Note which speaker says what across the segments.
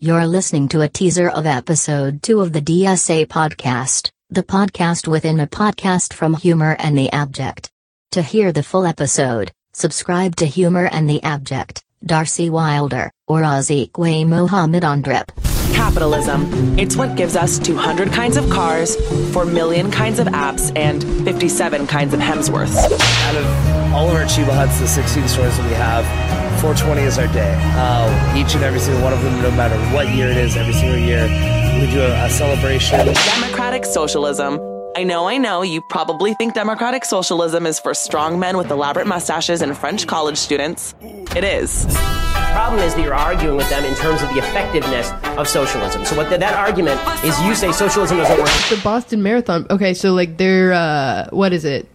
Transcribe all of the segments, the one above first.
Speaker 1: You're listening to a teaser of episode 2 of the DSA podcast, the podcast within a podcast from Humor and the Abject. To hear the full episode, subscribe to Humor and the Abject, Darcy Wilder, or Ozekwe Mohammed Ondrip.
Speaker 2: Capitalism. It's what gives us 200 kinds of cars, 4 million kinds of apps, and 57 kinds of Hemsworths.
Speaker 3: out of all of our Chiba huts, the 16 stores that we have, 420 is our day. Uh, each and every single one of them, no matter what year it is, every single year, we do a, a celebration.
Speaker 2: Democratic socialism. I know, I know, you probably think democratic socialism is for strong men with elaborate mustaches and French college students. It is.
Speaker 4: problem is that you're arguing with them in terms of the effectiveness of socialism. So what th- that argument is, you say socialism doesn't work.
Speaker 5: the Boston Marathon. Okay, so like they're uh, what is it?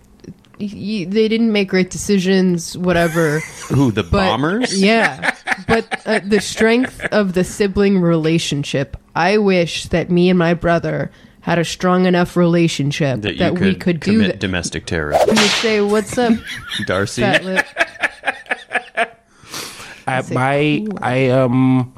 Speaker 5: Y- y- they didn't make great decisions, whatever.
Speaker 6: Who the
Speaker 5: But
Speaker 6: bombers?
Speaker 5: yeah, but uh, the strength of the sibling relationship. I wish that me and my brother had a strong enough relationship that,
Speaker 6: That, you could,
Speaker 5: we could do
Speaker 6: commit
Speaker 5: that.
Speaker 6: domestic terrorism,
Speaker 5: we would say, "What's up,
Speaker 6: Darcy.
Speaker 5: fat lip?"
Speaker 7: I, my I um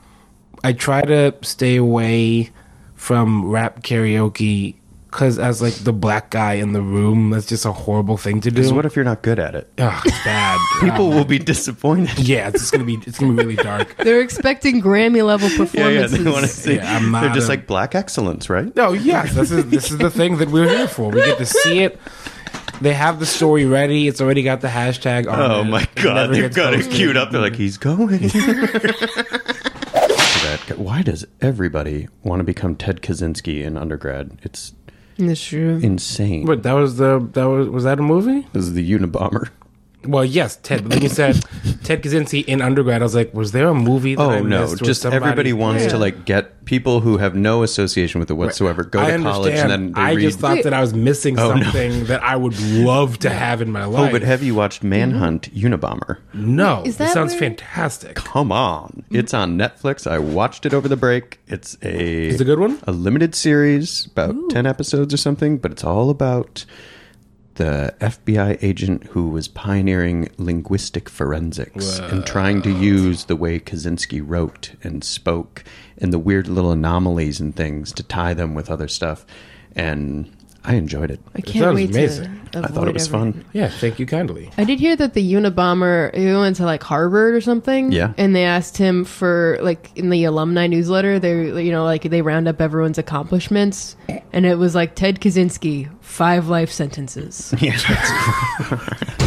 Speaker 7: I try to stay away from rap karaoke because as like the black guy in the room, that's just a horrible thing to do.
Speaker 6: So what if you're not good at it?
Speaker 7: Ugh, it's bad
Speaker 6: People will be disappointed.
Speaker 7: yeah, it's just gonna be it's gonna be really dark.
Speaker 5: They're expecting Grammy level
Speaker 6: Yeah, yeah.
Speaker 5: performances.
Speaker 6: They want to see.
Speaker 7: Yeah, I'm
Speaker 6: They're
Speaker 7: not
Speaker 6: just
Speaker 7: a-
Speaker 6: like black excellence, right?
Speaker 7: No, yes, this is this is the thing that we're here for. We get to see it. They have the story ready. It's already got the hashtag. On
Speaker 6: Oh
Speaker 7: it.
Speaker 6: my
Speaker 7: It
Speaker 6: god,
Speaker 7: never
Speaker 6: they've
Speaker 7: gets
Speaker 6: got it
Speaker 7: posted.
Speaker 6: queued up. They're like, he's going. That guy- Why does everybody want to become Ted Kaczynski in undergrad? It's
Speaker 5: That's true.
Speaker 6: insane.
Speaker 7: But that was the that was was that a movie?
Speaker 6: This is the Unabomber.
Speaker 7: Well, yes, Ted. But then you said Ted Kaczynski in undergrad. I was like, was there a movie? That
Speaker 6: Oh
Speaker 7: I
Speaker 6: no!
Speaker 7: missed or
Speaker 6: Just
Speaker 7: somebody-
Speaker 6: everybody wants to
Speaker 5: Yeah.
Speaker 6: like get people who have no association with it whatsoever go
Speaker 7: I
Speaker 6: to college and
Speaker 7: understand.
Speaker 6: then they
Speaker 7: I
Speaker 6: read.
Speaker 7: just thought that I was missing
Speaker 6: Oh, no.
Speaker 7: something that I would love to have in my
Speaker 6: oh,
Speaker 7: life.
Speaker 6: but have you
Speaker 7: Mm-hmm.
Speaker 6: watched Manhunt Unabomber?
Speaker 7: no,
Speaker 5: Is
Speaker 7: that
Speaker 5: that
Speaker 7: sounds
Speaker 5: where-
Speaker 7: fantastic.
Speaker 6: Come on. It's on Netflix. I watched it over the break. It's a
Speaker 7: Is it a good one?
Speaker 6: a limited series, about 10 episodes or something, but it's all about the FBI agent who was pioneering linguistic forensics and trying to use the way Kaczynski wrote and spoke and the weird little anomalies and things to tie them with other stuff. And I enjoyed it.
Speaker 5: I
Speaker 7: sounds
Speaker 5: can't wait
Speaker 7: amazing.
Speaker 5: to.
Speaker 6: I thought
Speaker 5: avoid
Speaker 6: it was
Speaker 5: everything.
Speaker 6: fun.
Speaker 7: Yeah, thank you kindly.
Speaker 5: I did hear that the Unabomber he went to like Harvard or something.
Speaker 6: Yeah.
Speaker 5: And they asked him for like in the alumni newsletter, they you know like they round up everyone's accomplishments, and it was like Ted Kaczynski, five life sentences.
Speaker 6: Yeah, that's